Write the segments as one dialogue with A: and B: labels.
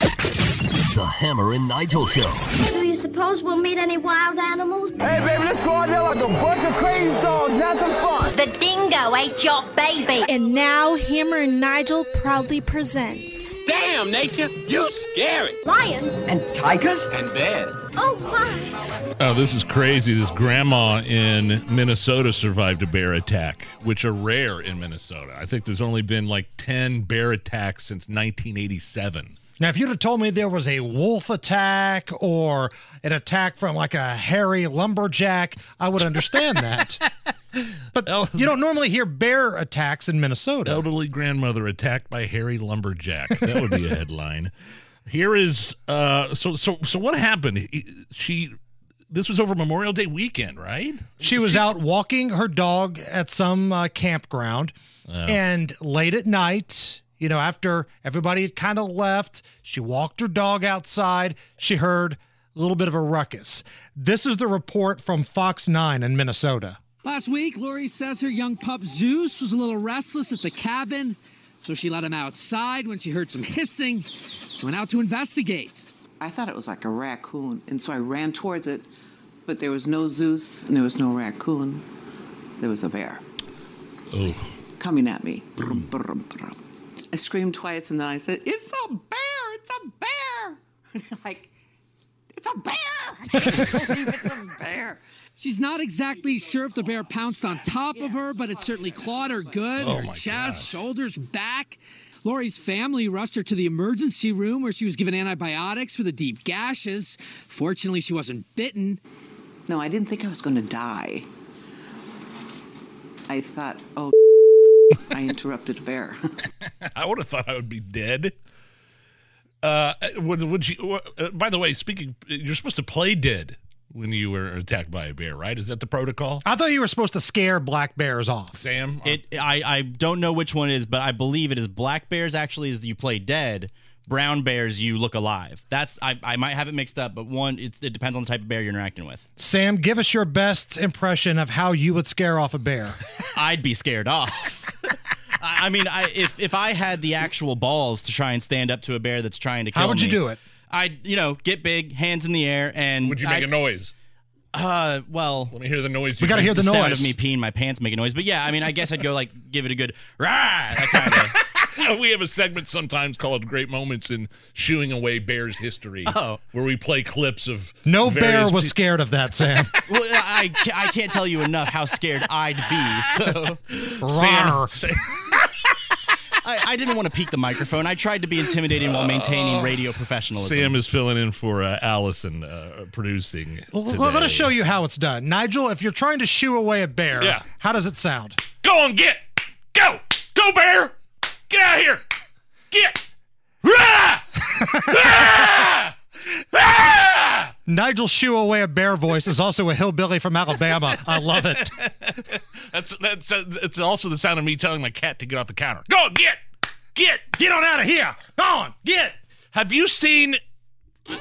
A: The Hammer and Nigel Show.
B: Do you suppose we'll meet any wild animals?
C: Hey, baby, let's go out there like a bunch of crazy dogs and have some fun.
B: The dingo ate your baby.
D: And now Hammer and Nigel proudly presents.
E: Damn, nature, you scary.
B: Lions?
F: And tigers?
E: And bad.
B: Oh, why?
G: Oh, this is crazy. This grandma in Minnesota survived a bear attack, which are rare in Minnesota. I think there's only been like 10 bear attacks since 1987.
H: Now, if you'd have told me there was a wolf attack or an attack from like a hairy lumberjack, I would understand that. But
G: El-
H: you don't normally hear bear attacks in Minnesota.
G: Elderly grandmother attacked by hairy lumberjack. That would be a headline. Here is uh so so so what happened? He- She this was over Memorial Day weekend, right?
H: She was out walking her dog at some uh, campground, and late at night, you know, after everybody had kind of left, she walked her dog outside. She heard a little bit of a ruckus. This is the report from Fox 9 in Minnesota.
I: Last week, Lori says her young pup Zeus was a little restless at the cabin, so she let him outside when she heard some hissing and went out to investigate.
J: I thought it was like a raccoon, and so I ran towards it, but there was no Zeus and there was no raccoon. There was a bear
G: Oh.
J: coming at me. Brum, brum, brum. I screamed twice, and then I said, "It's a bear! It's a bear!" And they're like, "It's a bear! I can't believe it's a bear!"
I: She's not exactly sure if the bear pounced on top of her, but it certainly clawed her good,
G: Oh
I: her
G: my
I: chest, shoulders, back. Lori's family rushed her to the emergency room where she was given antibiotics for the deep gashes. Fortunately, she wasn't bitten.
J: No, I didn't think I was going to die. I thought, "Oh, I interrupted a bear."
G: I would have thought I would be dead. Uh would, would she uh, by the way, speaking you're supposed to play dead when you were attacked by a bear, right? Is that the protocol?
H: I thought you were supposed to scare black bears off.
G: Sam?
K: It I, I don't know which one it is, but I believe it is black bears actually is you play dead. Brown bears you look alive. That's I, I might have it mixed up, but one it's, it depends on the type of bear you're interacting with.
H: Sam, give us your best impression of how you would scare off a bear.
K: I'd be scared off. I I mean, I, if if I had the actual balls to try and stand up to a bear that's trying to kill
H: How would you
K: me,
H: do it?
K: I'd you know get big, hands in the air, and
G: would you make
K: I-
G: a noise?
K: Uh, well,
G: Let me hear the noise.
H: We
G: you
H: gotta
G: make.
H: hear the
K: the sound
H: noise.
K: of me peeing my pants make a noise, but yeah, I mean, I guess I'd go like give it a good rah, that kind of.
G: we have a segment sometimes called Great Moments in Shooing Away Bears History,
K: Oh.
G: where we play clips of
H: No bear
G: various
H: was
G: pe-
H: scared of that, Sam.
K: Well, I, ca- I can't tell you enough how scared I'd be. So
H: Rawr.
G: Sam,
K: I, I didn't want to peek the microphone. I tried to be intimidating while maintaining radio professionalism.
G: Uh, Sam is filling in for uh, Allison uh, producing.
H: Well, Let
G: today.
H: us show you how it's done. Nigel, if you're trying to shoo away a bear,
G: Yeah.
H: how does it sound?
G: Go on, get, go, go, bear, get out of here, get. Rah! Rah! Rah!
H: Nigel shoo away a bear voice is also a hillbilly from Alabama. I love it.
G: That's that's uh, it's also the sound of me telling my cat to get off the counter. Go on, get, get, get on out of here. Go on, get. Have you seen?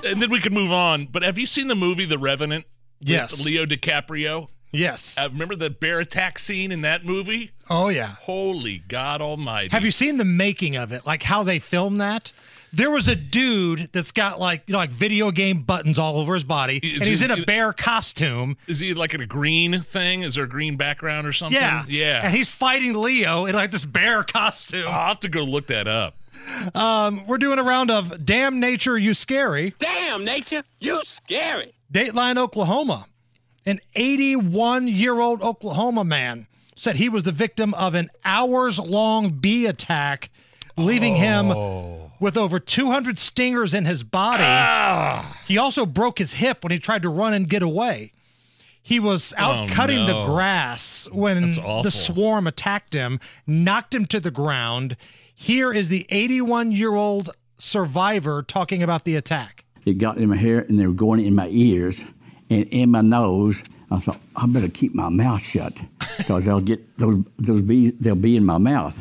G: And then we can move on. But have you seen the movie The Revenant? with
H: Yes.
G: Leo DiCaprio.
H: Yes.
G: Uh, remember the bear attack scene in that movie?
H: Oh yeah.
G: Holy God Almighty!
H: Have you seen the making of it? Like how they filmed that? There was a dude that's got like you know like video game buttons all over his body,
G: Is
H: and he's
G: he-
H: in a bear costume.
G: Is he like in a green thing? Is there a green background or something?
H: Yeah,
G: yeah.
H: And he's fighting Leo in like this bear costume.
G: I'll have to go look that up.
H: We're doing a round of "Damn Nature, You Scary."
E: Damn, nature, you scary.
H: Dateline, Oklahoma. An 81 year old Oklahoma man said he was the victim of an hours long bee attack, leaving
G: Oh.
H: him with over 200 stingers in his body.
G: Ah.
H: He also broke his hip when he tried to run and get away. He was out
G: Oh,
H: cutting
G: no.
H: the grass when
G: That's awful.
H: the swarm attacked him, knocked him to the ground. Here is the 81 year old survivor talking about the attack.
F: It got in my hair and they were going in my ears and in my nose I thought I better keep my mouth shut because they'll get those those bees. They'll be in my mouth.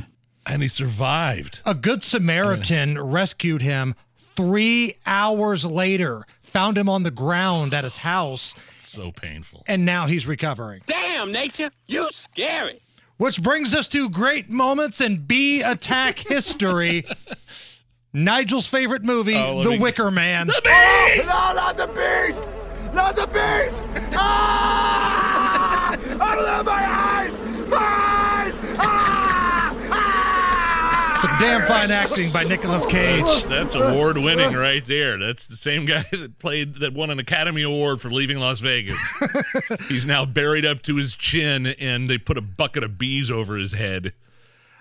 G: And he survived.
H: A good Samaritan rescued him three hours later, found him on the ground at his house,
G: So painful.
H: and now he's recovering.
E: Damn, nature, you scary.
H: Which brings us to great moments in bee attack history. Nigel's favorite movie,
G: Oh, let
H: The
G: me-
H: Wicker Man.
C: No, not the bees! Not the bees! Ah! Out of my eyes! My eyes! Ah!
H: Some damn fine acting by Nicolas Cage.
G: That's, that's award winning right there. That's the same guy that played that won an Academy Award for leaving Las Vegas. He's now buried up to his chin and they put a bucket of bees over his head.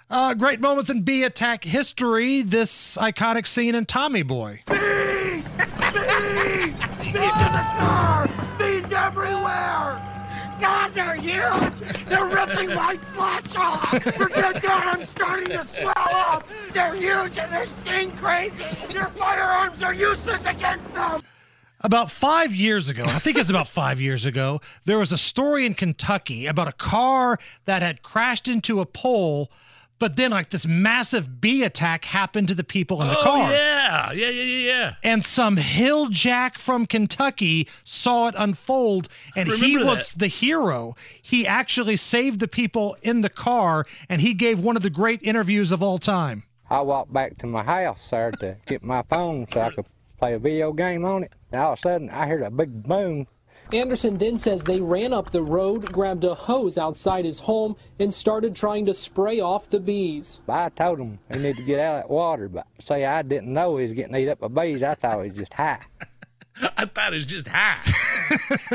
H: Uh, great moments in bee attack history. This iconic scene in Tommy Boy.
C: Bees! Bees! Bees in the car! Bees everywhere! God, they're huge! They're ripping my flesh off! Forget God, I'm starting to swell up! They're huge and they sting crazy! Your firearms are useless against them!
H: About five years ago, I think it's about five years ago, there was a story in Kentucky about a car that had crashed into a pole, but then like this massive bee attack happened to the people in the car.
G: Oh, Yeah, yeah, yeah, yeah, yeah.
H: And some hill jack from Kentucky saw it unfold, and he
G: remember
H: was the hero. He actually saved the people in the car, and he gave one of the great interviews of all time.
L: I walked back to my house there to get my phone so I could play a video game on it. And all of a sudden, I heard a big boom.
M: Anderson then says they ran up the road, grabbed a hose outside his home, and started trying to spray off the bees.
L: I told him he needed to get out of that water, but say I didn't know he was getting eat up by bees. I thought he was just high.
G: I thought it was just high.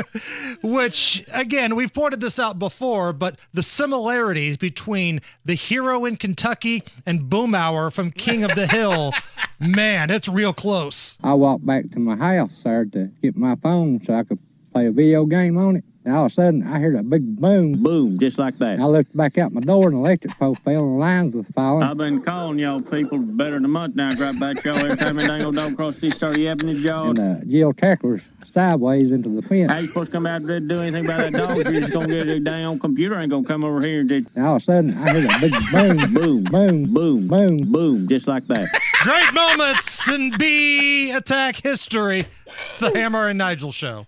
H: Which, again, we've pointed this out before, but the similarities between the hero in Kentucky and Boomhauer from King of the Hill, man, it's real close.
L: I walked back to my house there to get my phone so I could play a video game on it. And all of a sudden, I heard a big boom. Boom, just like that. I looked back out my door, and the electric pole fell, and the lines was falling.
N: I've been calling y'all people better than a month now, grab about y'all every time a dangle dog across these 30 Avenue, y'all.
L: and uh, Jill tacklers sideways into the fence.
N: How you supposed to come out there and do anything about that dog? You're just gonna get a damn computer ain't gonna come over here and do.
L: And all of a sudden, I heard a big boom, boom, boom, boom, boom, boom, just like that.
H: Great moments in bee attack history. It's the Hammer and Nigel show.